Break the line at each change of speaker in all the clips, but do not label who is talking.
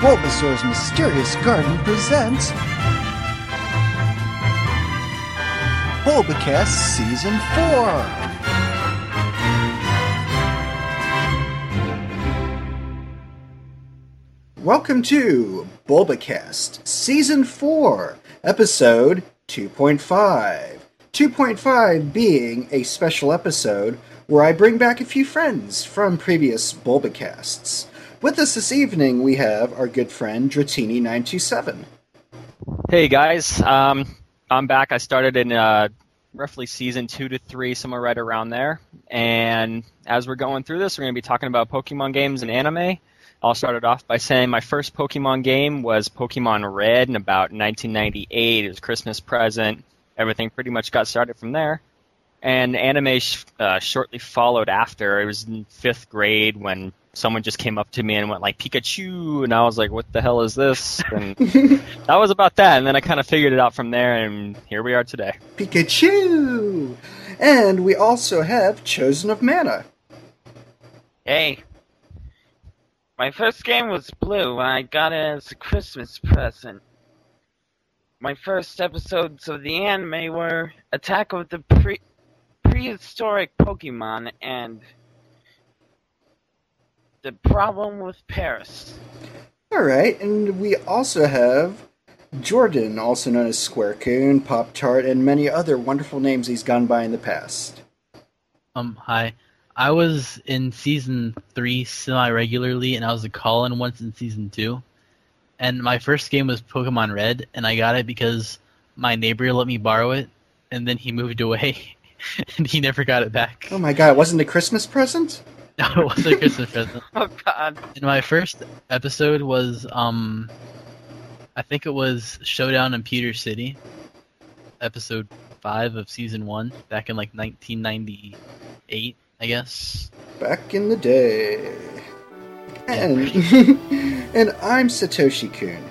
Bulbasaur's Mysterious Garden presents Bulbacast Season 4. Welcome to Bulbacast Season 4, Episode 2.5. 2.5 being a special episode where I bring back a few friends from previous Bulbacasts. With us this evening, we have our good friend Dratini927.
Hey guys, um, I'm back. I started in uh, roughly season two to three, somewhere right around there. And as we're going through this, we're going to be talking about Pokemon games and anime. I'll start it off by saying my first Pokemon game was Pokemon Red in about 1998. It was Christmas present. Everything pretty much got started from there. And anime sh- uh, shortly followed after. It was in fifth grade when someone just came up to me and went like Pikachu, and I was like, "What the hell is this?" And that was about that. And then I kind of figured it out from there, and here we are today.
Pikachu! And we also have Chosen of Mana.
Hey. My first game was Blue. I got it as a Christmas present. My first episodes of the anime were Attack of the Pre- Prehistoric Pokemon and The Problem with Paris.
All right, and we also have Jordan, also known as Square Coon, Pop Tart, and many other wonderful names he's gone by in the past.
Um, hi. I was in season three semi regularly, and I was a call in once in season two. And my first game was Pokemon Red, and I got it because my neighbor let me borrow it, and then he moved away, and he never got it back.
Oh my god, it wasn't a Christmas present?
No, it was a Christmas present.
Oh god.
And my first episode was, um, I think it was Showdown in Peter City, episode five of season one, back in like 1998, I guess.
Back in the day. And, and I'm Satoshi Kun.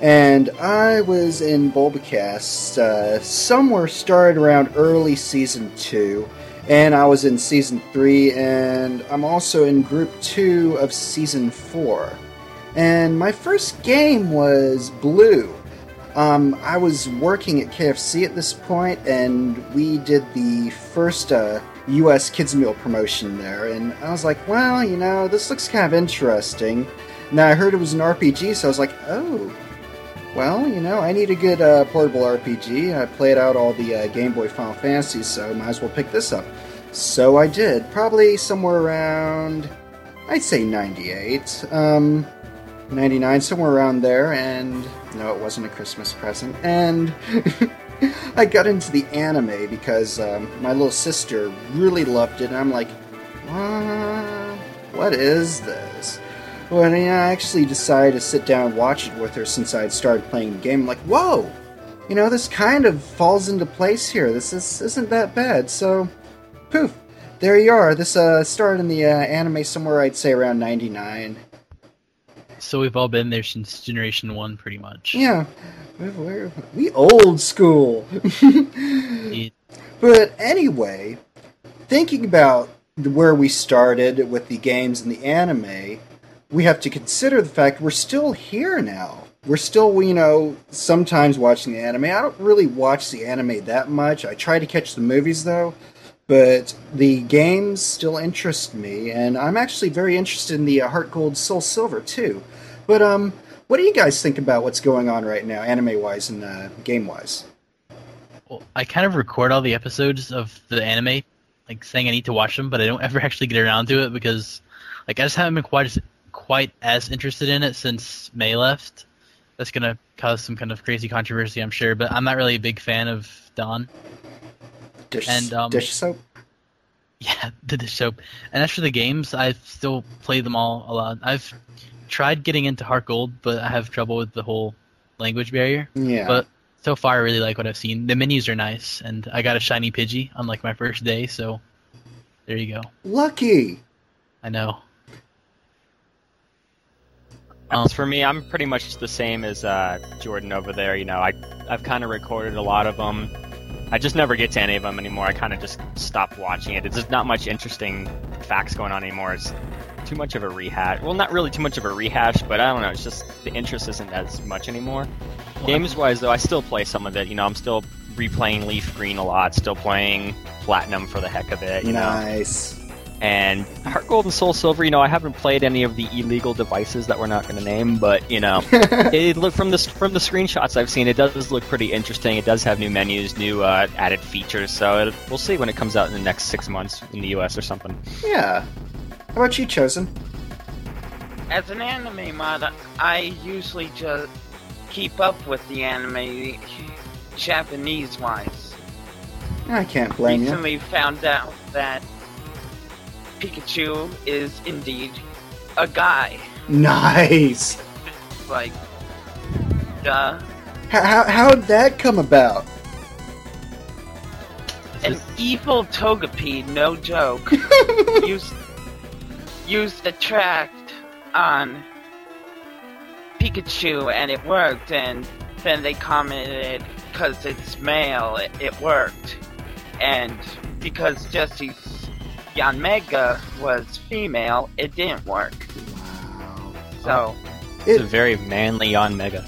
And I was in Bulbacast uh, somewhere started around early season two. And I was in season three, and I'm also in group two of season four. And my first game was Blue. Um, I was working at KFC at this point, and we did the first uh, U.S. Kids Meal promotion there, and I was like, well, you know, this looks kind of interesting. Now I heard it was an RPG, so I was like, oh, well, you know, I need a good uh, portable RPG. I played out all the uh, Game Boy Final Fantasies, so might as well pick this up. So I did, probably somewhere around, I'd say 98, um, 99, somewhere around there, and no, it wasn't a Christmas present, and. I got into the anime because um, my little sister really loved it, and I'm like, "Uh, what is this? Well, and I actually decided to sit down and watch it with her since I had started playing the game. I'm like, whoa, you know, this kind of falls into place here. This, this isn't that bad. So, poof, there you are. This uh, started in the uh, anime somewhere, I'd say around 99.
So we've all been there since Generation One, pretty much.
Yeah, we're, we're, we old school.
It-
But anyway, thinking about where we started with the games and the anime, we have to consider the fact we're still here now. We're still, you know, sometimes watching the anime. I don't really watch the anime that much. I try to catch the movies though, but the games still interest me, and I'm actually very interested in the uh, Heart Gold Soul Silver too. But um, what do you guys think about what's going on right now, anime wise and uh, game wise?
Well, I kind of record all the episodes of the anime, like saying I need to watch them, but I don't ever actually get around to it because, like, I just haven't been quite as, quite as interested in it since May left. That's gonna cause some kind of crazy controversy, I'm sure. But I'm not really a big fan of Don.
Dish,
And, um,
dish soap.
Yeah, the dish soap. And as for the games, I've still played them all a lot. I've tried getting into Heart Gold, but I have trouble with the whole language barrier.
Yeah.
But so far, I really like what I've seen. The minis are nice, and I got a shiny Pidgey on like my first day, so there you go.
Lucky.
I know.
As for me, I'm pretty much the same as uh, Jordan over there. You know, I I've kind of recorded a lot of them. I just never get to any of them anymore. I kind of just stop watching it. There's just not much interesting facts going on anymore. It's too much of a rehash. Well, not really too much of a rehash, but I don't know. It's just the interest isn't as much anymore. Games wise, though, I still play some of it. You know, I'm still replaying Leaf Green a lot. Still playing Platinum for the heck of it. You know.
nice.
And Heart Gold and Soul Silver, you know, I haven't played any of the illegal devices that we're not going to name, but you know, it look from the from the screenshots I've seen, it does look pretty interesting. It does have new menus, new uh, added features. So it, we'll see when it comes out in the next six months in the U.S. or something.
yeah. How about you, Chosen?
As an anime mod, I usually just keep up with the anime Japanese wise.
I can't blame you.
Recently found out that Pikachu is indeed a guy.
Nice.
Like, duh.
How, how, how'd that come about?
An evil Togepi, no joke, used, used the track on Pikachu and it worked, and then they commented because it's male, it, it worked. And because Jesse's Yanmega was female, it didn't work.
Wow.
So,
Uh-huh. It's a
It,
very manly on Mega.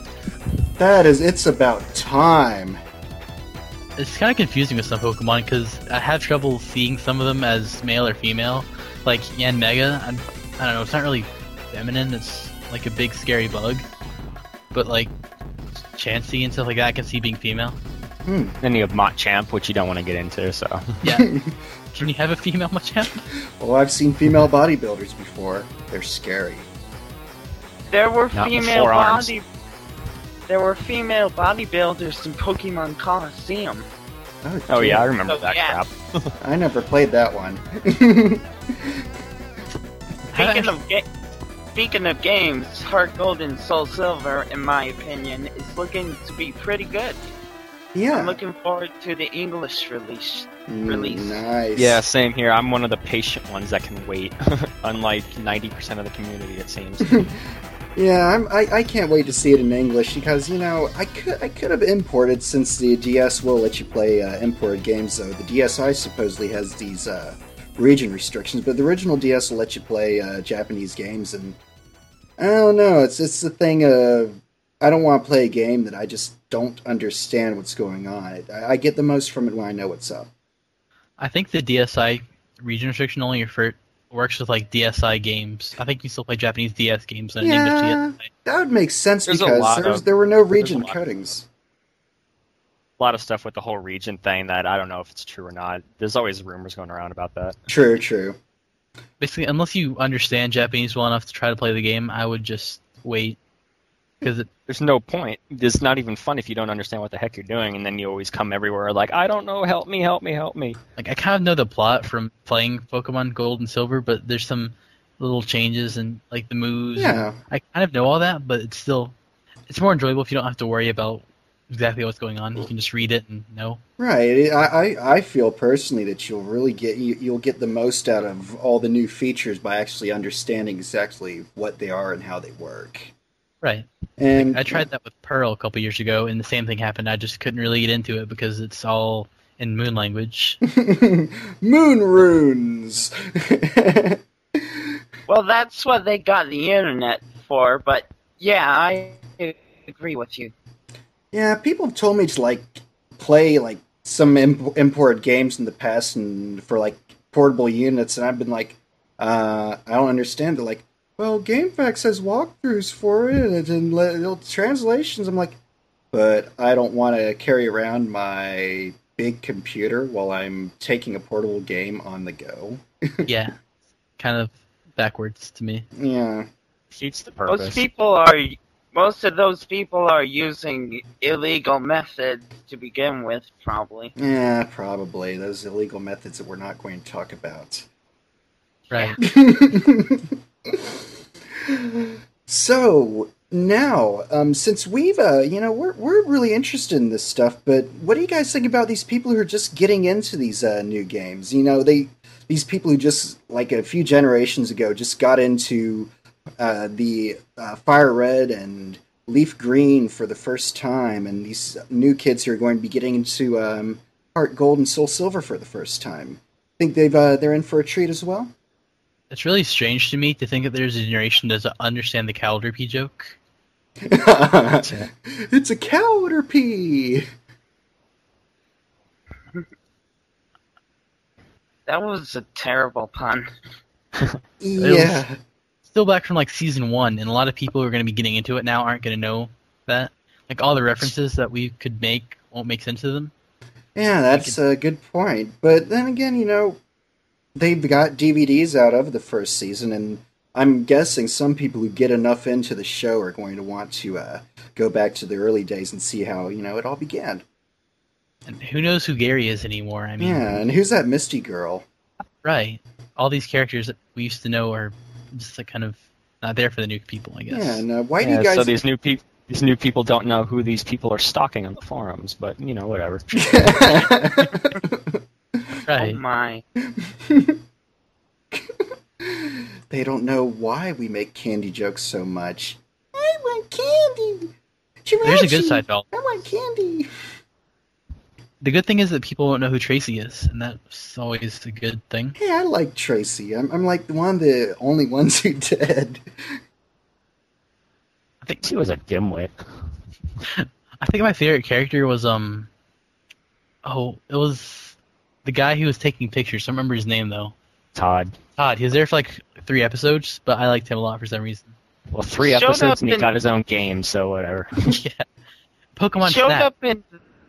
that is, it's about time.
It's kind of confusing with some Pokemon because I have trouble seeing some of them as male or female. Like Yan Mega, I'm, I don't know, it's not really feminine. It's like a big scary bug, but like Chansey and stuff like that, I can see being female.
Hmm.
Then you have Machamp, which you don't want to get into. So
Yeah. Can you have a female Machamp?
Well, I've seen female bodybuilders before. They're scary.
there were
Not the
female
forearms.
body. There were female bodybuilders in Pokemon Coliseum.
oh yeah, I remember
Oh,
that
yeah.
crap.
I never played that one.
How-
Speaking of ga- speaking of games, Heart Gold and Soul Silver, in my opinion, is looking to be pretty good. I'm
yeah.
looking forward to the English release. release.
Mm, Nice.
Yeah, same here. I'm one of the patient ones that can wait, unlike 90% of the community, it seems.
Yeah, I'm, I, I can't wait to see it in English because you know I could I could have imported since the DS will let you play uh, imported games though the DSi supposedly has these uh, region restrictions but the original DS will let you play uh, Japanese games and I don't know it's it's the thing of I don't want to play a game that I just don't understand what's going on I, I get the most from it when I know what's up
I think the DSI region restriction only refer- works with like DSI games. I think you still play Japanese DS games and
Yeah.
English DSI.
that would make sense
There's a
because
lot
there's,
of-
there were no region
lot.
codings
a lot of stuff with the whole region thing that I don't know if it's true or not. There's always rumors going around about that.
true true
Basically, unless you understand Japanese well enough to try to play the game, I would just wait because
There's no point. It's not even fun if you don't understand what the heck you're doing, and then you always come everywhere like, I don't know, help me, help me, help me.
like I kind of know the plot from playing Pokemon Gold and Silver, but there's some little changes and like the moves. and
yeah
I kind of know all that, but it's still it's more enjoyable if you don't have to worry about exactly what's going on. You can just read it and know.
Right. I, I, I feel personally that you'll really get you, you'll get the most out of all the new features by actually understanding exactly what they are and how they work.
Right.
And
I tried that with Pearl a couple years ago, and the same thing happened. I just couldn't really get into it because it's all in Moon language.
moon runes.
Well, that's what they got the internet for. But yeah, I agree with you.
yeah, people have told me to like play like some imp- imported games in the past and for like portable units, and I've been like, uh, I don't understand. They're like, well, GameFAQs has walkthroughs for it and, and le- it'll- translations. I'm like, but I don't want to carry around my big computer while I'm taking a portable game on the go.
yeah, kind of backwards to me.
Yeah,
Defeats the
Most
purpose.
people are. Most of those people are using illegal methods to begin with, probably.
yeah, probably those illegal methods that we're not going to talk about.
Right.
so now, um, since we've, uh, you know, we're we're really interested in this stuff, but what do you guys think about these people who are just getting into these uh, new games? You know, they these people who just like a few generations ago just got into uh, the uh, fire red and leaf green for the first time, and these new kids who are going to be getting into um, heart gold and soul silver for the first time. Think they've uh, they're in for a treat as well.
It's really strange to me to think that there's a generation that doesn't understand the Calendarpy joke.
it's a cow pee.
That was a terrible pun.
Yeah.
Still back from like season one, and a lot of people who are going to be getting into it now aren't going to know that. Like all the references that we could make won't make sense to them.
Yeah, that's a good point. But then again, you know, they've got DVDs out of the first season, and I'm guessing some people who get enough into the show are going to want to uh, go back to the early days and see how you know it all began.
And who knows who Gary is anymore? I mean,
Yeah, and who's that Misty girl?
right? All these characters that we used to know are just like kind of not there for the new people, I guess.
Yeah, and uh, why do
Yeah,
you guys?
so these new people. These new people don't know who these people are stalking on the forums, but you know, whatever.
right.
Oh my.
they don't know why we make candy jokes so much. I want candy.
There's a good side to all
I want candy.
The good thing is that people won't know who Tracy is, and that's always a good thing.
Hey, I like Tracy. I'm, I'm like one of the only ones who did.
I think
She was a dimwit.
I think my favorite character was um oh, it was the guy who was taking pictures. I don't remember his name though.
Todd.
Todd. He was there for like three episodes, but I liked him a lot for some reason.
Well, three
Showed up
episodes and he
in-
got his own game, so whatever.
yeah. Pokemon
Showed
Snap.
up in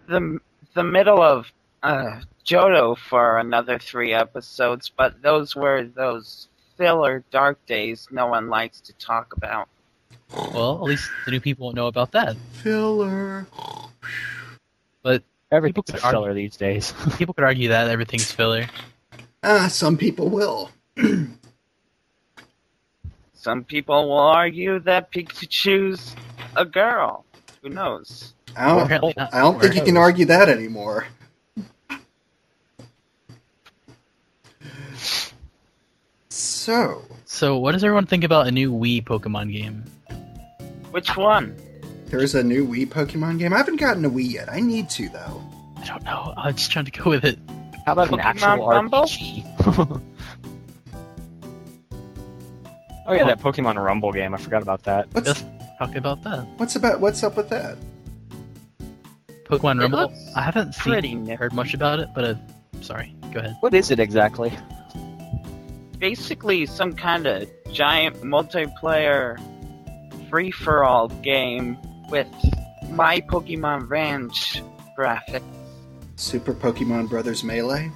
the the middle of uh, Johto for another three episodes, but those were those filler dark days no one likes to talk about.
Well, at least the new people won't know about that.
Filler.
But
Everything's a
People could
filler these days.
people could argue that everything's filler.
Ah, some people will.
Some people will argue that Pikachu's a girl. Who knows?
I don't,
Apparently not.
I don't think you can argue that anymore. So,
So, what does everyone think about a new Wii Pokemon game?
Which one?
there's a new Wii Pokemon game. I haven't gotten a Wii yet. I need to, though.
I don't know. I'm just trying to go with it.
How about an
Pokemon
actual
Rumble?
RPG? oh yeah, that Pokemon Rumble game. I forgot about that.
What's
Yes. Talk about that.
what's about what's up with that?
Pokemon
It
Rumble.
looks
I haven't
pretty
seen
nifty.
heard much about it, but uh, sorry. Go ahead.
What is it exactly?
Basically, some kind of giant multiplayer free for all game with My Pokemon Ranch graphics.
Super Pokemon Brothers Melee?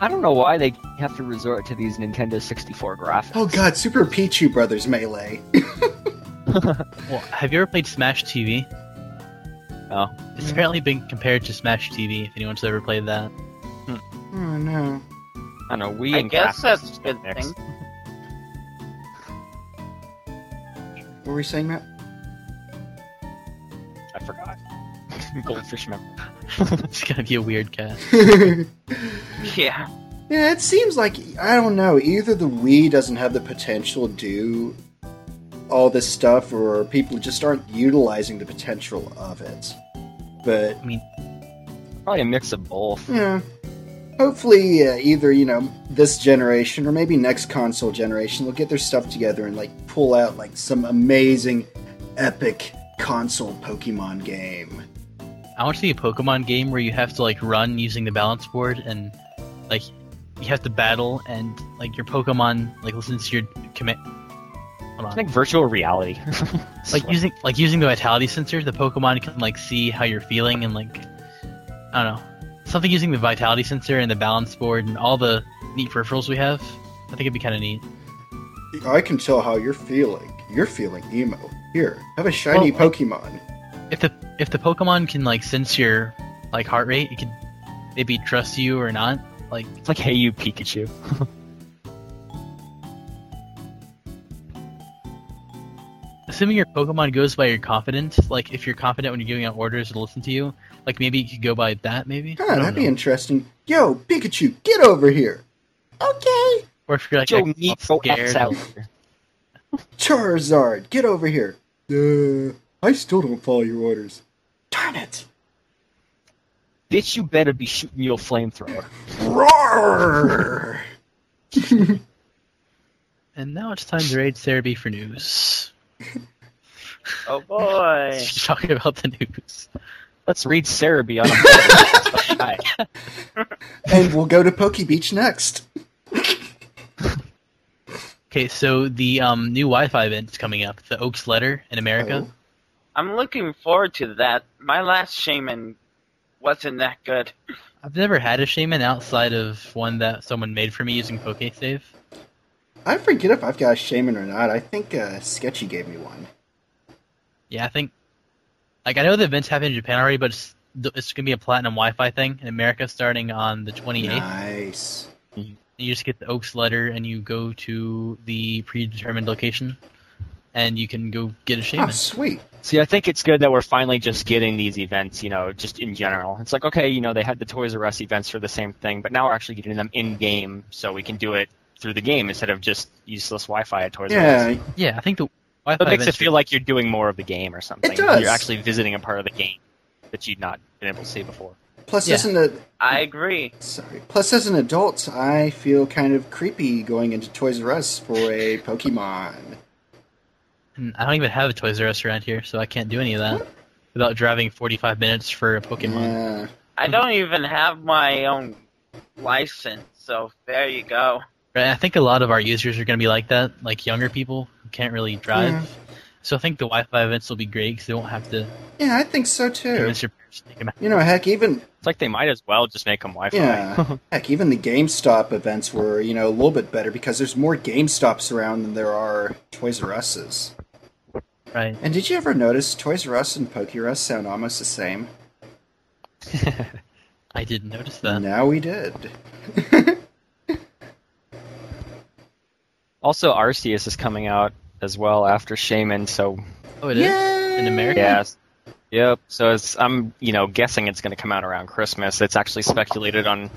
I don't know why they have to resort to these Nintendo 64 graphics.
Oh god, Super Pichu Brothers Melee.
Well, have you ever played Smash TV?
No.
It's apparently been compared to Smash TV. If anyone's ever played that,
Oh no.
I know we.
I
and
guess
graphics
that's a good
mix.
thing.
What were we saying, Matt?
I forgot. Goldfish memory.
it's gonna be a weird cat.
Yeah.
Yeah, it seems like I don't know. Either the Wii doesn't have the potential to do all this stuff, or people just aren't utilizing the potential of it. But
Probably a mix of both.
yeah, hopefully, uh, either you know this generation or maybe next console generation will get their stuff together and like pull out like some amazing, epic console Pokemon game.
I want to see a Pokemon game where you have to like run using the balance board and like you have to battle and like your Pokemon like listens to your commit. Hold
I
on.
think virtual reality.
Like using like using the vitality sensor, the Pokemon can like see how you're feeling and like I don't know something using the vitality sensor and the balance board and all the neat peripherals we have. I think it'd be kind of neat.
I can tell how you're feeling. You're feeling emo. Here, have a shiny
Well,
Pokemon.
if the if the Pokemon can like sense your like heart rate, it could maybe trust you or not. Like
it's like Hey You Pikachu.
assuming your Pokemon goes by your confidence, like if you're confident when you're giving out orders to listen to you, like maybe you could go by that maybe. I
Huh,
don't
that'd be
know.
interesting. Yo, Pikachu, get over here. Okay.
or if you're like
Joe
all
needs to
scared.
out.
Charizard, get over here. Uh, I still don't follow your orders. Darn it.
Bitch, you better be shooting your flamethrower.
Roar!
And now it's time to raid Sarah B for news.
Oh boy.
She's talking about the news.
Let's read Cerebi on a Hi.
and we'll go to Pokey Beach next.
Okay, so the um, new Wi-Fi event's coming up, the Oaks Letter in America.
Oh.
I'm looking forward to that. My last shaman wasn't that good.
I've never had a shaman outside of one that someone made for me using PokeSave.
I forget if I've got a shaman or not. I think uh, Sketchy gave me one.
Yeah, I think, like, I know the event's happening in Japan already, but it's, it's gonna be a platinum Wi-Fi thing in America starting on the 28th.
Nice.
You just get the Oaks letter and you go to the predetermined location, and you can go get a shaman.
Oh, sweet.
See, I think it's good that we're finally just getting these events, you know, just in general. It's like, okay, you know, they had the Toys R Us events for the same thing, but now we're actually getting them in game, so we can do it through the game instead of just useless Wi-Fi at Toys R Us.
Yeah,
Yeah, I think the Wi-Fi
It makes it
event's-
feel like you're doing more of the game or something.
It does.
You're actually visiting a part of the game that you'd not been able to see before.
Plus,
Yeah.
isn't it?
I agree.
Sorry. Plus, as an adult, I feel kind of creepy going into Toys R Us for a Pokemon.
And Hmm, I don't even have a Toys R Us around here, so I can't do any of that without driving 45 minutes for a Pokemon.
Yeah.
I don't even have my own license, so there you go.
Right, I think a lot of our users are going to be like that, like younger people who can't really drive.
Yeah.
So I think the Wi-Fi events will be great because they won't have to
yeah, I think so too.
convince their parents to take them out.
You know, heck, even
It's like they might as well just make them Wi-Fi.
Yeah. Heck, even the GameStop events were, you know, a little bit better because there's more GameStops around than there are Toys R Us's.
Right.
And did you ever notice Toys R Us and Poke R Us sound almost the same?
I didn't notice that.
now we did.
also, Arceus is coming out as well after Shaman, so
Oh, it is?
Yay!
In America?
Yes. Yep. So it's, I'm, you know, guessing it's going to come out around Christmas. It's actually speculated on,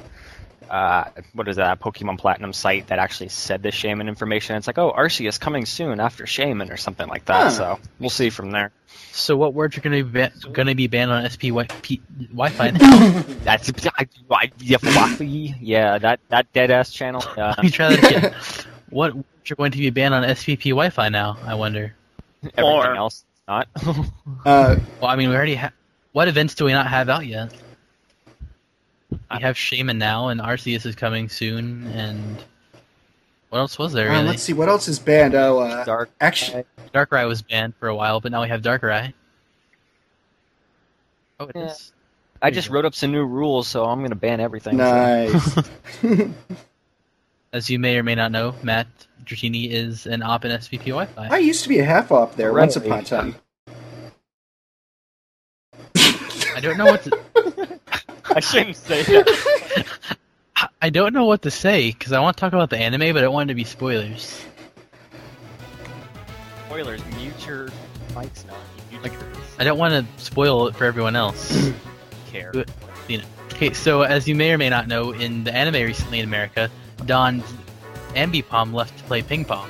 uh, what is that, Pokemon Platinum site that actually said the Shaman information. It's like, oh, Arceus coming soon after Shaman or something like that.
Huh.
So we'll see from there.
So what words are going to be ba- going to be banned on SP wi- P- Wi-Fi? Let
That's I, I, yeah, waffly. yeah, that that dead ass channel. Uh,
me try that again. what words are going to be banned on SPP Wi-Fi now? I wonder.
everything
Or-
else is not.
Uh,
Well, I mean, we already have. What events do we not have out yet? We have Shaman now, and Arceus is coming soon, and what else was there
uh,
really?
let's see, what else is banned? Oh, uh,
Dark.
action.
Darkrai was banned for a while, but now we have Darkrai. Oh, it is.
Yeah. I just wrote up some new rules, so I'm going to ban everything.
Nice.
As you may or may not know, Matt Dratini is an op in SVP Wi-Fi.
I used to be a half op there
Right.
once upon a time.
I don't know what to,
I shouldn't say that.
I- I don't know what to say because I want to talk about the anime, but I don't want it to be spoilers.
Spoilers. Mute your mics now. Mute
Like-
yours.
I don't want to spoil it for everyone else.
care.
Good. Okay, so as you may or may not know, in the anime recently in America, Don's Ambipom left to play ping pong.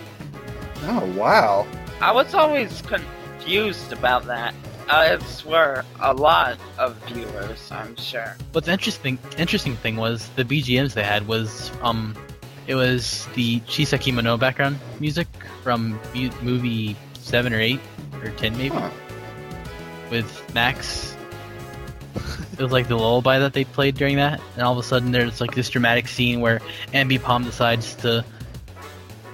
Oh, wow.
I was always confused about that. As were a lot of viewers, I'm sure.
What's interesting interesting thing was the BGMs they had was um, it was the Chisaki Mono background music from mu- movie seven or eight or ten maybe
Huh.
with Max. It was like the lullaby that they played during that, and all of a sudden there's like this dramatic scene where Ambipom decides to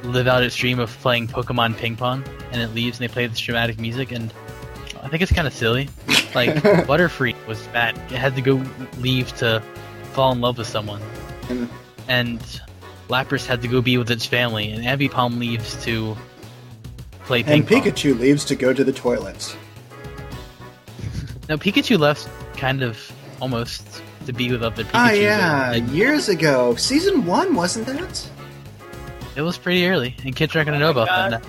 live out its dream of playing Pokemon ping pong, and it leaves and they play this dramatic music, and I think it's kind of silly. Like Butterfree was bad; it had to go leave to fall in love with someone,
And-
and Lapras had to go be with its family, and Ambipom leaves to play
And
ping pong.
Pikachu leaves to go to the toilet.
Now Pikachu left kind of almost to be with other Pikachu.
Ah, yeah,
It,
years ago. Season one, wasn't that?
it was pretty early, and kids aren't gonna know
Oh my
about that.
God.
that.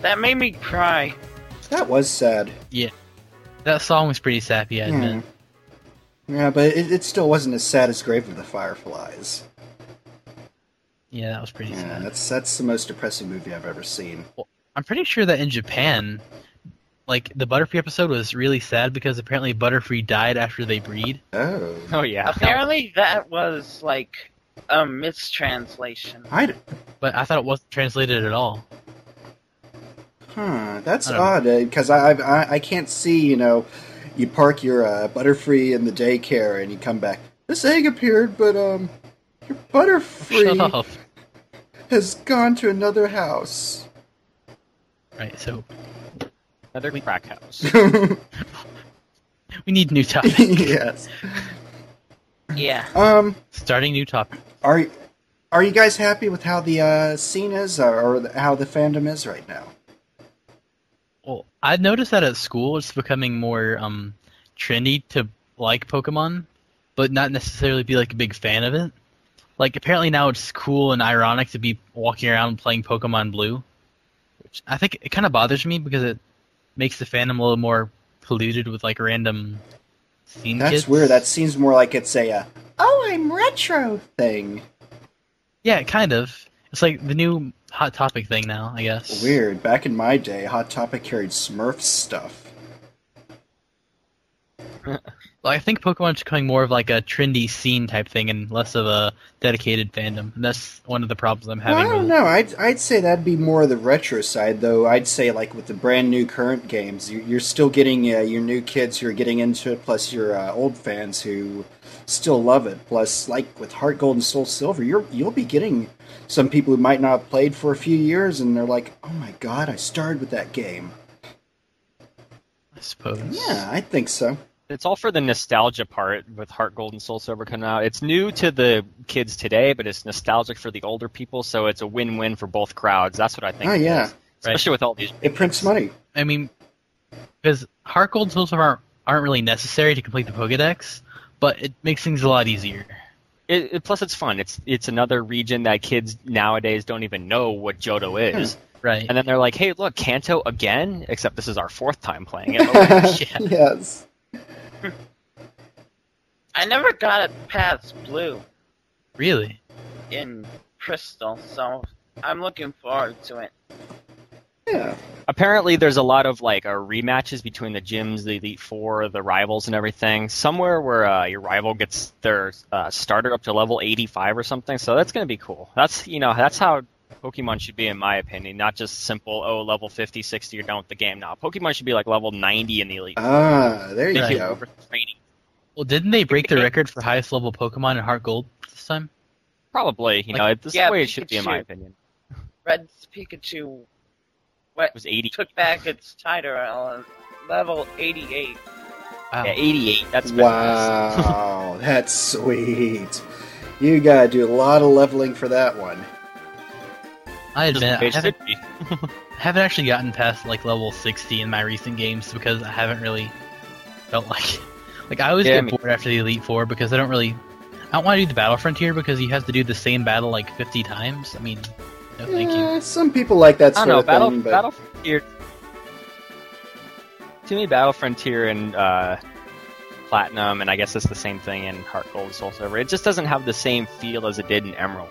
That made me cry.
That was sad.
That song was pretty sappy,
Hmm.
I admit.
Yeah, but it, it still wasn't as sad as Grave of the Fireflies.
Yeah, that was pretty
Yeah,
sad.
that's that's the most depressing movie I've ever seen.
I'm pretty sure that in Japan, like the Butterfree episode was really sad because apparently Butterfree died after they breed.
Oh,
Oh yeah.
Apparently, that was like a mistranslation.
I d-
But I thought it wasn't translated at all.
huh, that's
I don't know.
odd because I, I I can't see you know you park your uh, butterfree in the daycare and you come back. This egg appeared, but um, your
Shut
butterfree
up.
has gone to another house.
Right, so
Another crack house.
we need new topic.
yes.
Yeah.
Um.
Starting new topic.
Are are you guys happy with how the uh, scene is, or, or the, how the fandom is right now?
Well, I noticed that at school it's becoming more um trendy to like Pokemon, but not necessarily be like a big fan of it. Like apparently now it's cool and ironic to be walking around playing Pokemon Blue, which I think it kind of bothers me because it makes the fandom a little more polluted with like random scene
That's
kids.
weird. That seems more like it's a uh, "oh, I'm retro" thing.
yeah, kind of. It's like the new hot topic thing now, I guess.
Weird. Back in my day, Hot Topic carried Smurf stuff.
Like, I think Pokemon's becoming more of like a trendy scene type thing and less of a dedicated fandom. And that's one of the problems I'm
Well, I
having.
don't
with-
know. I'd I'd say that'd be more the retro side, though. I'd say like with the brand new current games, you, you're still getting uh, your new kids who are getting into it, plus your uh, old fans who still love it. Plus, like with Heart Gold and Soul Silver, you're you'll be getting some people who might not have played for a few years, and they're like, "Oh my god, I started with that game."
I suppose.
Yeah, I think so.
it's all for the nostalgia part with Heart Gold and Soul Silver coming out. It's new to the kids today, but it's nostalgic for the older people, so it's a win-win for both crowds. That's what I think.
Oh,
it
yeah.
is. especially with all these.
It prints money.
I mean, because Heart Gold and Soul Silver aren't, aren't really necessary to complete the Pokedex, but it makes things a lot easier.
It, it- plus, it's fun. It's it's another region that kids nowadays don't even know what Johto
Hmm.
is,
Right.
and then they're like, "Hey, look, Kanto again!" Except this is our fourth time playing it. Oh,
yeah.
yes.
I never got it past blue
Really?
in
Hmm.
crystal, so I'm looking forward to it.
Yeah.
apparently there's a lot of like uh, rematches between the gyms, the Elite Four, the rivals, and everything. Somewhere where uh, your rival gets their uh, starter up to level 85 or something. So that's gonna be cool. That's you know that's how Pokemon should be in my opinion. Not just simple oh level 50, 60, you're done with the game. Now Pokemon should be like level 90 in the Elite.
Ah, there you
Thank
Four
you.
go.
for training.
Well, didn't they break the record for highest level Pokemon in Heart Gold this time?
Probably, you
Like-
know, this is
Yeah,
the way it should be in my
Pikachu.
opinion.
Red's Pikachu
It was 80,
took back its title on level 88.
Wow.
yeah, 88. That's badass.
Wow, that's sweet. You gotta do a lot of leveling for that one.
I
Just
admit, I
in case it
haven't,
should be.
haven't actually gotten past like level 60 in my recent games because I haven't really felt like it. Like I always
Yeah,
get
me-
bored after the Elite Four because I don't really I don't want to do the Battle Frontier because you have to do the same battle like 50 times. I mean, no, thank you.
Eh, Some people like that
I
sort
don't know.
of
Battle,
thing, but
Battle Frontier. To me, Battle Frontier and uh, Platinum, and I guess it's the same thing in Heart Gold and Soul Silver. It just doesn't have the same feel as it did in Emerald.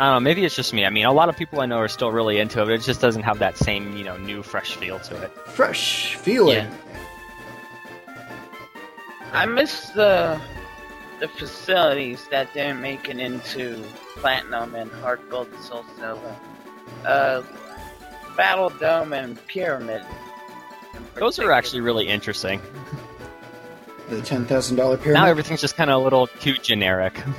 I don't know. Maybe it's just me. I mean, a lot of people I know are still really into it. But it just doesn't have that same, you know, new, fresh feel to it.
fresh feeling.
Yeah.
I miss the the facilities that didn't make it into platinum and hard gold and soul silver. Uh, Battle Dome and Pyramid. in
Those are
particular.
actually really interesting.
The ten thousand dollar pyramid.
Now everything's just kind of a little too generic.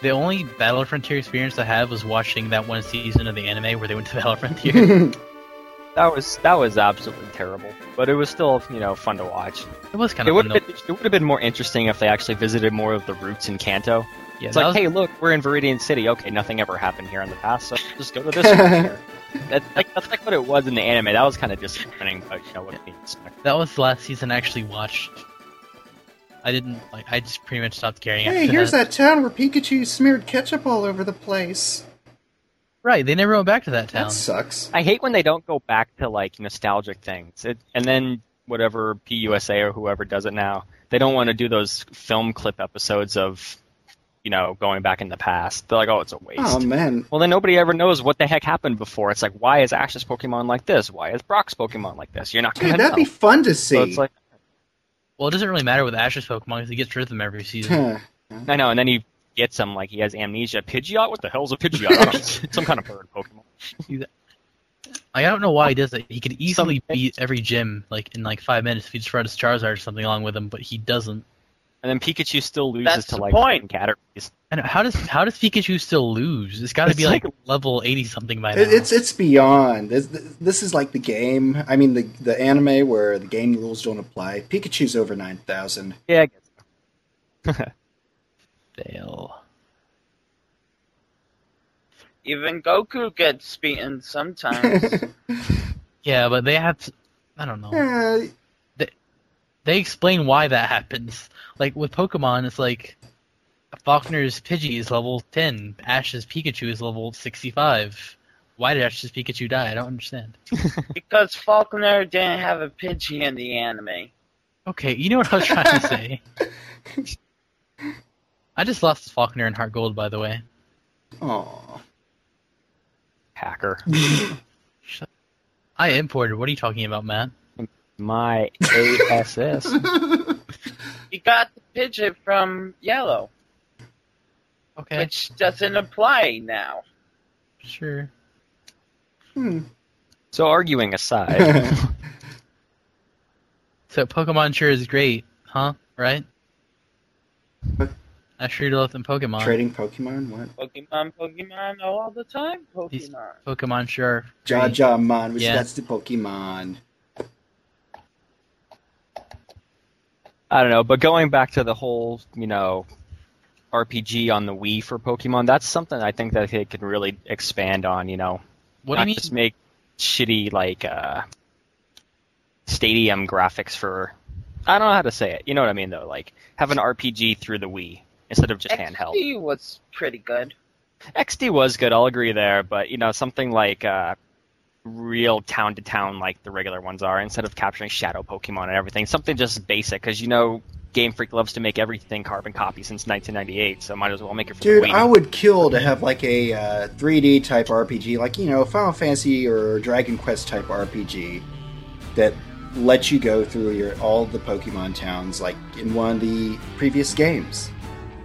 The only Battle Frontier experience I had was watching that one season of the anime where they went to Battle Frontier.
it
that was that was absolutely terrible, but it was still, you know, fun to watch.
it was kind
It
of
would
fun.
have
though.
been, it would have been more interesting if they actually visited more of the roots in Kanto.
yeah,
It's
that
like,
was-
hey, look, we're in Viridian City. Okay, nothing ever happened here in the past, so just go to this one here. That's like that's like what it was in the anime. That was kind of disappointing, but you know what we expect.
that was the last season I actually watched. I didn't like. I just pretty much stopped caring.
hey,
after
here's
that.
that town where Pikachu smeared ketchup all over the place.
Right, they never went back to that town.
That sucks.
I hate when they don't go back to like nostalgic things, it, and then whatever PUSA or whoever does it now, they don't want to do those film clip episodes of, you know, going back in the past. They're like, oh, it's a waste.
Oh man,
Well, then nobody ever knows what the heck happened before. It's like, why is Ash's Pokemon like this? Why is Brock's Pokemon like this? You're not
dude,
gonna
that'd
know.
be fun to see.
so it's like,
Well, it doesn't really matter with Ash's Pokemon because he gets rid of them every season.
Huh.
I know, and then he gets him like he has amnesia. Pidgeot? What the hell's a Pidgeot? I don't know. Some kind of bird Pokemon.
Like, I don't know why he does it. He could easily beat every gym like in like five minutes if he just brought his Charizard or something along with him, but he doesn't.
And then Pikachu still loses
That's
to
the
like
point.
categories.
I know, how does how does Pikachu still lose? It's got to
It's
be like, level eighty something by now.
It, it's it's beyond. This, this is like the game. I mean, the the anime where the game rules don't apply. Pikachu's over nine thousand.
Yeah, I guess.
fail.
Even Goku gets beaten sometimes.
Yeah, but they have. To, I don't know.
Yeah,
They explain why that happens. Like with Pokemon, it's like Faulkner's Pidgey is level ten, Ash's Pikachu is level sixty-five. Why did Ash's Pikachu die? I don't understand.
because Faulkner didn't have a Pidgey in the anime.
Okay, you know what I was trying to say. I just lost Faulkner and Heart Gold, by the way.
Aw.
Hacker.
I imported. What are you talking about, Matt?
My ASS.
He got the Pidgey from Yellow,
Eh?
Okay,
which doesn't apply now.
sure.
Hmm.
So arguing aside,
So Pokemon sure is great, huh? Right? I sure do love them Pokemon.
Trading Pokemon. What?
Pokemon, Pokemon, all the time,
These-
Pokemon.
Pokemon sure. are
Ja
great.
Ja Mon, which
Yeah.
that's the Pokemon.
I don't know. But going back to the whole, you know, RPG on the Wii for Pokemon, that's something I think that they could really expand on. You know,
What do
not
you mean?
just make shitty like uh, stadium graphics for. I don't know how to say it. You know what I mean, though. Like have an RPG through the Wii instead of just handheld.
XP was pretty good.
XD was good, I'll agree there, but you know, something like uh, real town to town like the regular ones are, instead of capturing shadow Pokemon and everything, something just basic, because you know, Game Freak loves to make everything carbon copy since 1998, so might as well make it for
Dude,
the Wii.
I would kill to have like a uh, 3D type RPG, like you know Final Fantasy or Dragon Quest type RPG, that lets you go through your all the Pokemon towns like in one of the previous games.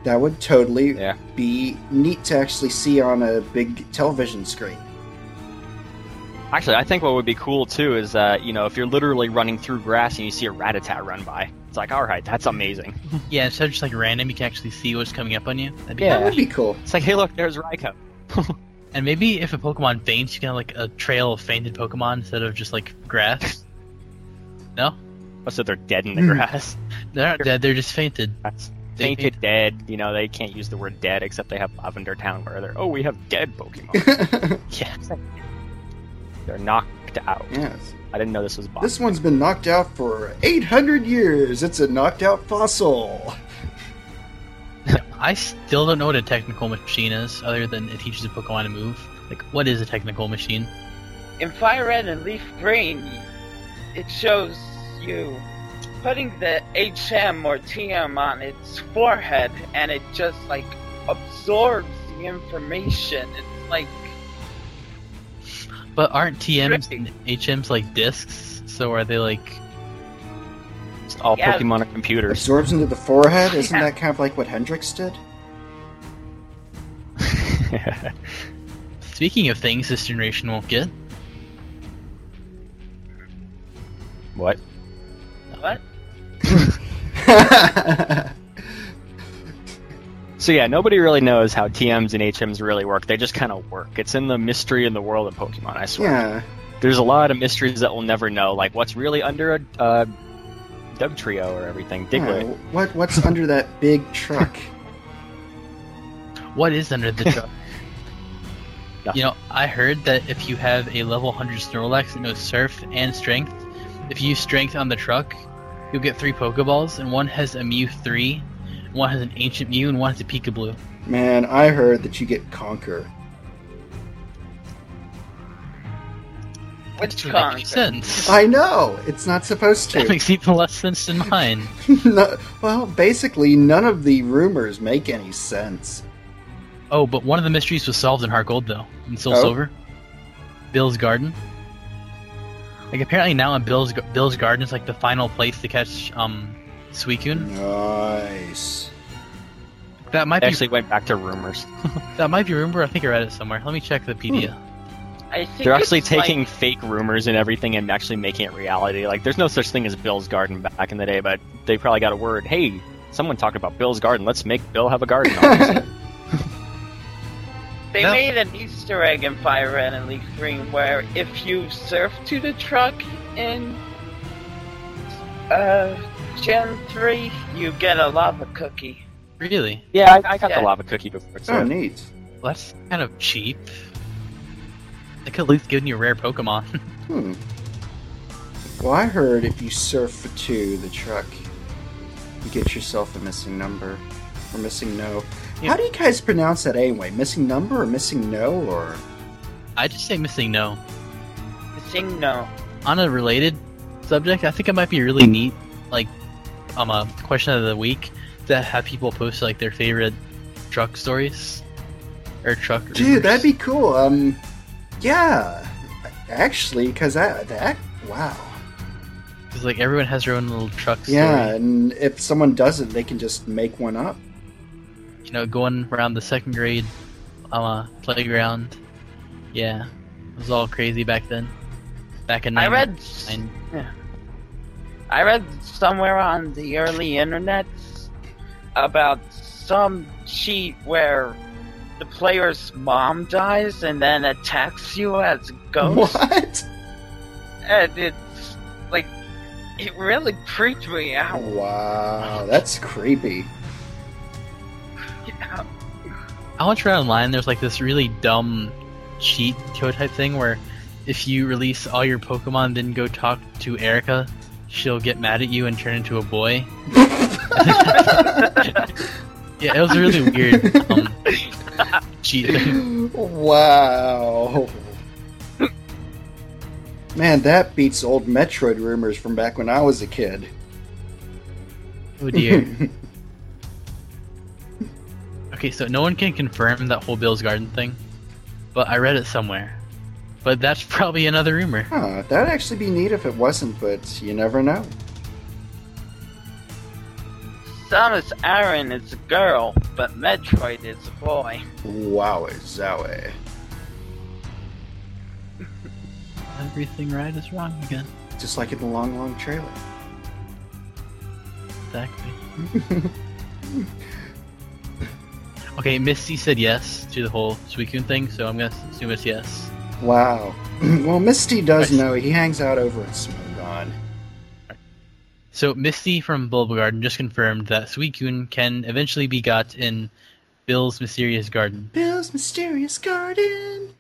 That would totally
Yeah.
be neat to actually see on a big television screen.
Actually, I think what would be cool too is that you know, if you're literally running through grass and you see a Rattata run by, it's like, all right, that's amazing.
Yeah, instead of just like random, you can actually see what's coming up on you. That'd be
Yeah.
That would be cool.
It's like, hey, look, there's Raikou.
And maybe if a Pokemon faints, you can have like a trail of fainted Pokemon instead of just like grass.
Oh, So they're dead in the
Hmm.
grass.
They're not dead; they're just fainted.
That's
They
fainted dead. You know, they can't use the word dead except they have Lavender Town where they're, oh, we have dead Pokemon. Yeah. They're knocked out.
yes.
I didn't know this was
This
boss.
one's been knocked out for 800 years. It's a knocked out fossil.
I still don't know what a technical machine is, other than it teaches a Pokemon to move. Like, what is a technical machine?
In Fire Red and Leaf Green, it shows you putting the HM or TM on its forehead and it just like absorbs the information. It's like,
But aren't TMs and HMs like discs? So are they like?
It's all
Yeah.
Pokemon are computers.
Absorbs into the forehead. Isn't
Yeah.
that kind of like what Hendrix did?
Speaking of things this generation won't get,
what?
what?
So yeah, nobody really knows how TMs and HMs really work. They just kind of work. It's in the mystery in the world of Pokemon. I swear.
yeah.
There's a lot of mysteries that we'll never know, like what's really under a uh, Dugtrio or everything.
yeah.
Diglett.
What what's under that big truck?
what is under the truck?
Nothing.
you know, I heard that if you have a level 100 Snorlax that knows Surf and Strength, if you use Strength on the truck, you'll get three Pokeballs, and one has a Mew 3, one has an Ancient Mew, and one has a Peekaboo.
Man, I heard that you get conquer.
Which
That makes
conquer?
sense.
I know it's not supposed
That
to.
makes even less sense than mine.
No- well, basically, none of the rumors make any sense.
Oh, but one of the mysteries was solved in Heart Gold, though, in Soul
Oh?
Silver. Bill's Garden. Like, apparently now in Bill's, Bill's Garden is like the final place to catch um, Suicune.
Nice.
That might
I
be
actually went back to rumors.
that might be rumor. I think I read it somewhere. Let me check the Pedia.
I think
They're actually
it's like-
taking fake rumors and everything and actually making it reality. Like, there's no such thing as Bill's garden back in the day, but they probably got a word. Hey, someone talked about Bill's garden. Let's make Bill have a garden.
Oh,
They
No.
made an Easter egg in Fire Red and Leaf Green where if you surf to the truck in uh, Gen 3, you get a lava cookie.
Really?
yeah, I, I got
Yeah.
the lava cookie before. so-
Oh, neat.
Well, that's kind of cheap. They could at least given you a rare Pokemon.
Hmm. Well, I heard if you surf to the truck, you get yourself a missing number or missing no.
Yeah.
How do you guys pronounce that anyway? Missing number or missing no or?
I just say missing no.
Sing no.
On a related subject, I think it might be
Mm.
really neat, like um a question of the week to have people post like their favorite truck stories. Or truck rumors.
Dude, that'd be cool. Um, yeah, actually, because that that wow.
'Cause, like everyone has their own little truck story.
Yeah, and if someone doesn't, they can just make one up.
You know, going around the second grade um, uh, playground. Yeah. It was all crazy back then. Back in
I
90
read
nine-
I read somewhere on the early internet about some cheat where the player's mom dies and then attacks you as a ghost.
What?
And it's like, it really creeped me out.
Wow, that's creepy.
I went around online. There's like this really dumb cheat code type thing where if you release all your Pokemon, then go talk to Erica, she'll get mad at you and turn into a boy. yeah, it was a really weird um, cheat thing.
wow. Man, that beats old Metroid rumors from back when I was a kid.
Oh dear. Okay, so no one can confirm that whole Bill's Garden thing, but I read it somewhere. But that's probably another rumor.
huh, that'd actually be neat if it wasn't, but you never know.
Samus Aran is a girl, but Metroid is a boy.
Wow, zowie.
Everything right is wrong again.
Just like in the long, long trailer.
Exactly. Okay, Misty said yes to the whole Suicune thing, so I'm gonna assume it's yes.
wow. well, Misty does
Nice.
know. He hangs out over at Smogon.
So Misty from Bulba Garden just confirmed that Suicune can eventually be got in Bill's Mysterious Garden.
Bill's Mysterious Garden.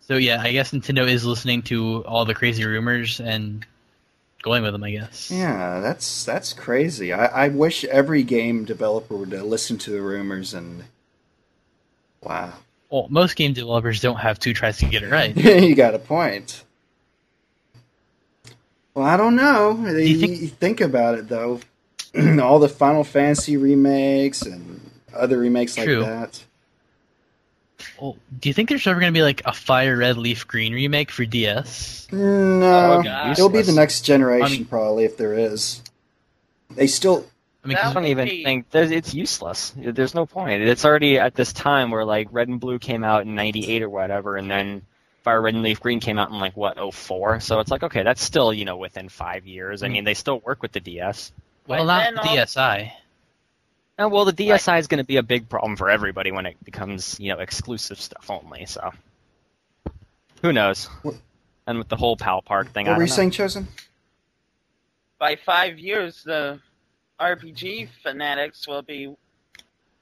So yeah, I guess Nintendo is listening to all the crazy rumors and going with them, I guess.
Yeah, that's that's crazy. I, I wish every game developer would uh, listen to the rumors and. Wow.
Well, most game developers don't have two tries to get it right.
you got a point. Well, I don't know. You
you
think,
think-
about it though, all the Final Fantasy remakes and other remakes
True.
like that.
Well, do you think there's ever gonna be like a Fire Red Leaf Green remake for DS?
Mm, No,
Oh, God.
Um, it'll be the
Useless.
next generation
I mean-
probably if there is. They still
I mean,
I
That
'cause-
don't even
Hey.
think there's, it's useless. There's no point. It's already at this time where like Red and Blue came out in '98 or whatever, and then Fire Red and Leaf Green came out in like what '04. So it's like okay, that's still you know within five years. I mean, they still work with the DS.
well,
then
not
all-
DSi.
And, Oh, well, the DSi is going to be a big problem for everybody when it becomes you know exclusive stuff only. So who knows?
What-
And with the whole Pal Park thing,
what
I
were
don't
you
know.
saying, Chosen?
By five years, the RPG fanatics will be.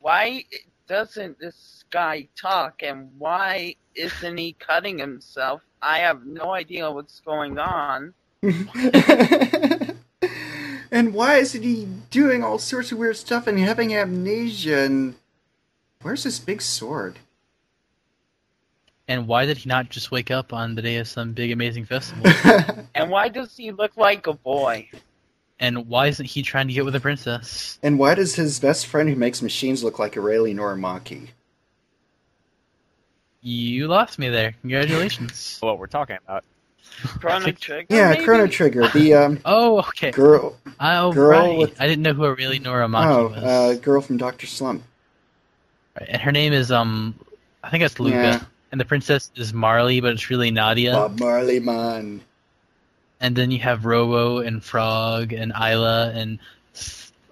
Why doesn't this guy talk and why isn't he cutting himself? I have no idea what's going on.
and why isn't he doing all sorts of weird stuff and having amnesia and where's this big sword?
And why did he not just wake up on the day of some big amazing festival?
And why does he look like a boy?
and why isn't he trying to get with a princess?
And why does his best friend who makes machines look like Aureli Norimaki?
You lost me there.
Oh.
Congratulations.
What we're talking about.
Chrono Trigger?
Yeah,
maybe?
Chrono Trigger, the um,
oh, okay.
girl,
Oh,
girl
right.
with-
I didn't know who Aurelia Noramaki
oh,
was.
uh, girl from Doctor Slump.
Right, And her name is um, I think that's Luca,
Yeah.
and the princess is Marley, but it's really Nadia.
Bob Marley man.
and then you have Robo and Frog and Isla and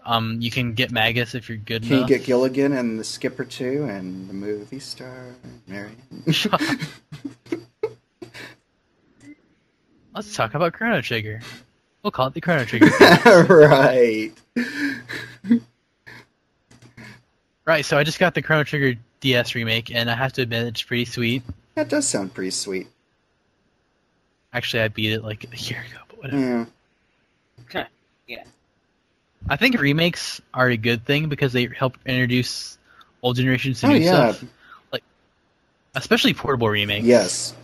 um, you can get Magus if you're good
Can you
enough.
get Gilligan and the Skipper too, and the movie star Marion?
Let's talk about Chrono Trigger. We'll call it the Chrono Trigger.
right.
right. So I just got the Chrono Trigger DS remake, and I have to admit it's pretty sweet.
That does sound pretty sweet.
Actually, I beat it like a year ago, but whatever.
Yeah.
I think remakes are a good thing because they help introduce old generations to
Oh,
new
yeah.
stuff. Like, especially portable remakes.
Yes.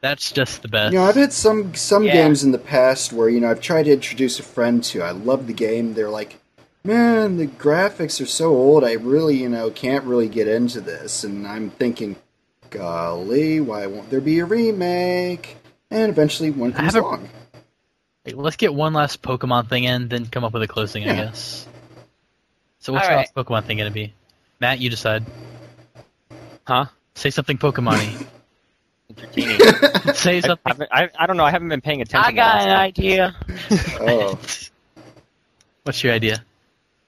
That's just the best.
You know, I've had some some
Yeah.
games in the past where you know I've tried to introduce a friend to. I love the game. They're like, man, the graphics are so old. I really, you know, can't really get into this. And I'm thinking, golly, why won't there be a remake? And eventually, one
I
comes
have a-
along.
Hey, Let's get one last Pokemon thing in, then come up with a closing, I
Yeah.
guess. So what's
All
the
right.
last Pokemon thing gonna be? Matt, you decide.
Huh?
Say something Pokemon-y.
Entertaining.
Say
I,
something.
haven't- I, I don't know. I haven't been paying attention.
I got
to
an
that.
idea.
Oh,
What's your idea?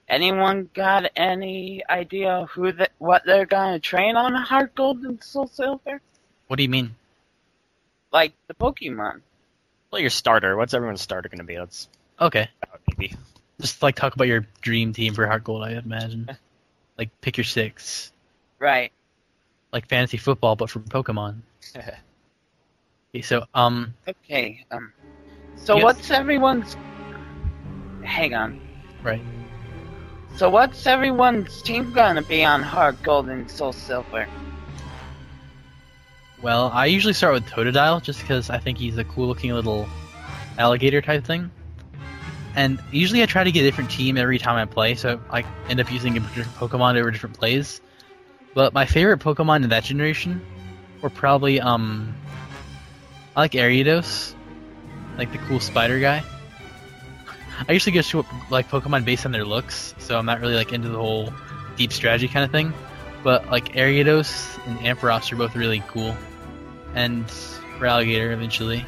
Anyone got any idea who the, what they're gonna train on Heart Gold and Soul Silver?
What do you mean?
Like the Pokemon.
Well, your starter. What's everyone's starter going to be? That's
Okay.
about maybe.
Just like talk about your dream team for Heart Gold, I imagine. Like pick your six.
Right.
Like fantasy football but for Pokemon. Okay, so um
Okay. Um. So
Yes.
what's everyone's? Hang on.
right.
So what's everyone's team gonna be on Heart Gold and Soul Silver?
Well, I usually start with Totodile just because I think he's a cool looking little alligator type thing. And usually I try to get a different team every time I play, so I end up using a different Pokemon over different plays. But my favorite Pokemon in that generation were probably, um. I like Ariados, like the cool spider guy. I usually get to, like Pokemon based on their looks, so I'm not really like into the whole deep strategy kind of thing. But like Ariados and Ampharos are both really cool and for alligator eventually.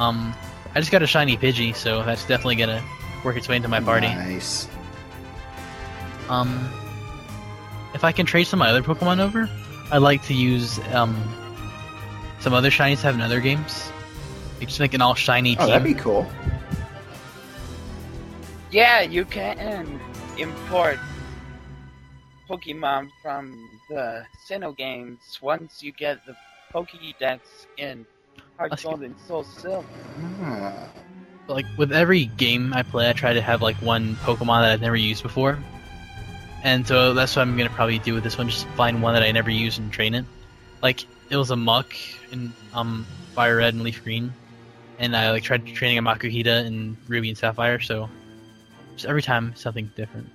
Um, I just got a shiny Pidgey, so that's definitely gonna work its way into my party.
nice.
Um, if I can trade some of my other Pokemon over, I'd like to use um some other shinies I have in other games. Like just make an all shiny
Oh,
team.
that'd be cool.
Yeah, you can import Pokemon from the Sinnoh games once you get the Pokédex in Heart
Let's
Gold and Soul Silver.
Ah,
But, like with every game I play, I try to have like one Pokemon that I've never used before, and so that's what I'm gonna probably do with this one. Just find one that I never used and train it. Like it was a Muck in um Fire Red and Leaf Green, and I like tried training a Makuhita in Ruby and Sapphire. So just every time something different.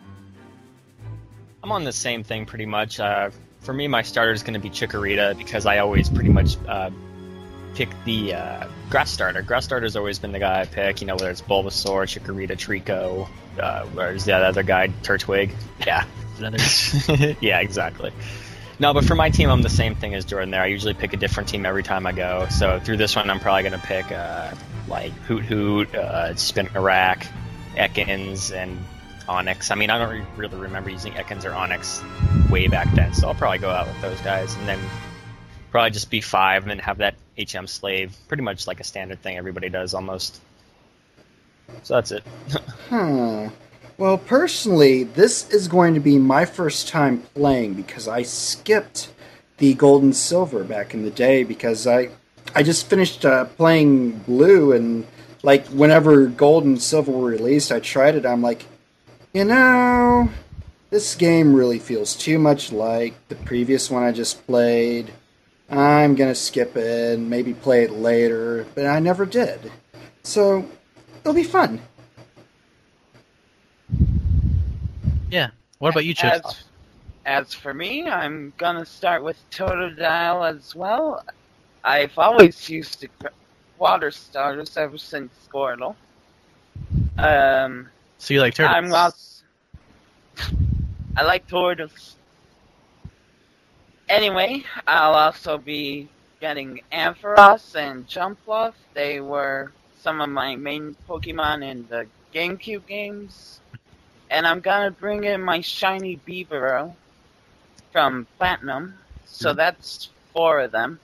I'm on the same thing pretty much. Uh, for me, my starter is going to be Chikorita because I always pretty much uh, pick the uh, grass starter. Grass starter's always been the guy I pick. You know, whether it's Bulbasaur, Chikorita, Trico, uh, where's that other guy, Turtwig? Yeah,
Another
yeah, exactly. No, but for my team, I'm the same thing as Jordan. There, I usually pick a different team every time I go. So through this one, I'm probably going to pick uh, like Hoot Hoot, uh, Spin Iraq, Ekans, and Onyx. I mean, I don't re- really remember using Ekans or Onyx way back then, so I'll probably go out with those guys and then probably just be five and then have that HM slave, pretty much like a standard thing everybody does almost. So that's it.
Huh. Well, personally, this is going to be my first time playing because I skipped the gold and silver back in the day because I I just finished uh, playing blue and like whenever gold and silver were released, I tried it. I'm like, you know, this game really feels too much like the previous one I just played. I'm gonna skip it and maybe play it later, but I never did. So it'll be fun.
yeah. What about you, Chip?
As, as for me, I'm gonna start with Totodile as well. I've always used the gr- water starters ever since Squirtle. Um,
So you like turtles?
I'm also, I like turtles. Anyway, I'll also be getting Ampharos and Jumpluff. They were some of my main Pokemon in the GameCube games. And I'm gonna bring in my shiny Beavero from Platinum. So that's four of them.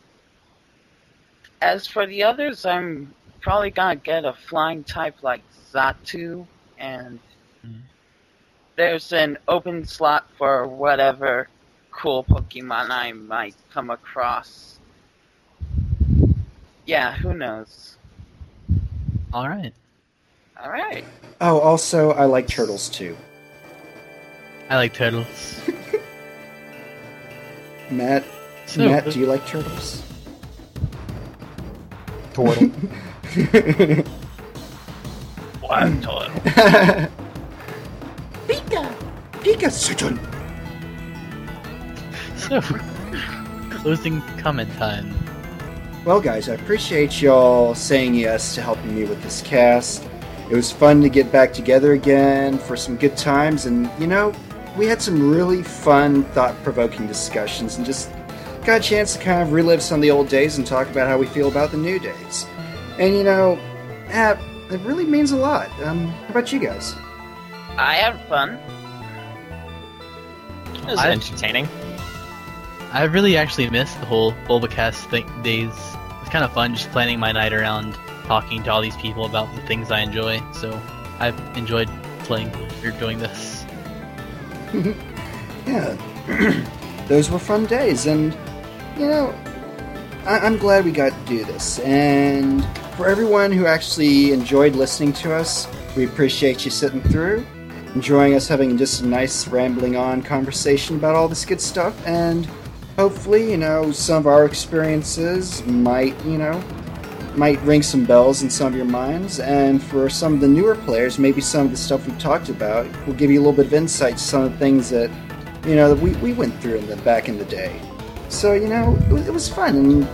As for the others, I'm probably gonna get a flying type like Zatu, and
Mhm.
there's an open slot for whatever cool Pokemon I might come across. Yeah, who knows?
All right.
Alright.
Oh, also, I like turtles too.
I like turtles.
Matt,
So,
Matt, do you like turtles?
Tortle.
wild turtle.
Pika, Pika, Sutun.
So, closing comment time.
Well, guys, I appreciate y'all saying yes to helping me with this cast. It was fun to get back together again for some good times, and you know, we had some really fun, thought-provoking discussions, and just got a chance to kind of relive some of the old days and talk about how we feel about the new days. And you know, eh, it really means a lot. Um, how about you guys?
I had fun.
It was
I-
entertaining.
I really actually missed the whole Bulbacast thing days. It's kind of fun just planning my night around talking to all these people about the things I enjoy. So I've enjoyed playing or doing this.
yeah, those were fun days, and you know, I- I'm glad we got to do this. And for everyone who actually enjoyed listening to us, we appreciate you sitting through, enjoying us having just a nice rambling on conversation about all this good stuff, and hopefully, you know, some of our experiences might, you know, might ring some bells in some of your minds, and for some of the newer players, maybe some of the stuff we talked about will give you a little bit of insight to some of the things that you know that we, we went through in the back in the day. So you know it was, it was fun, and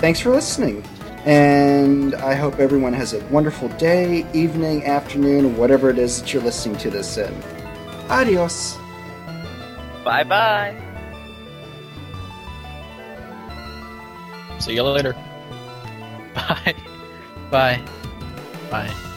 thanks for listening. And I hope everyone has a wonderful day, evening, afternoon, whatever it is that you're listening to this in. Adios.
Bye bye.
See you later.
Bye. Bye. Bye.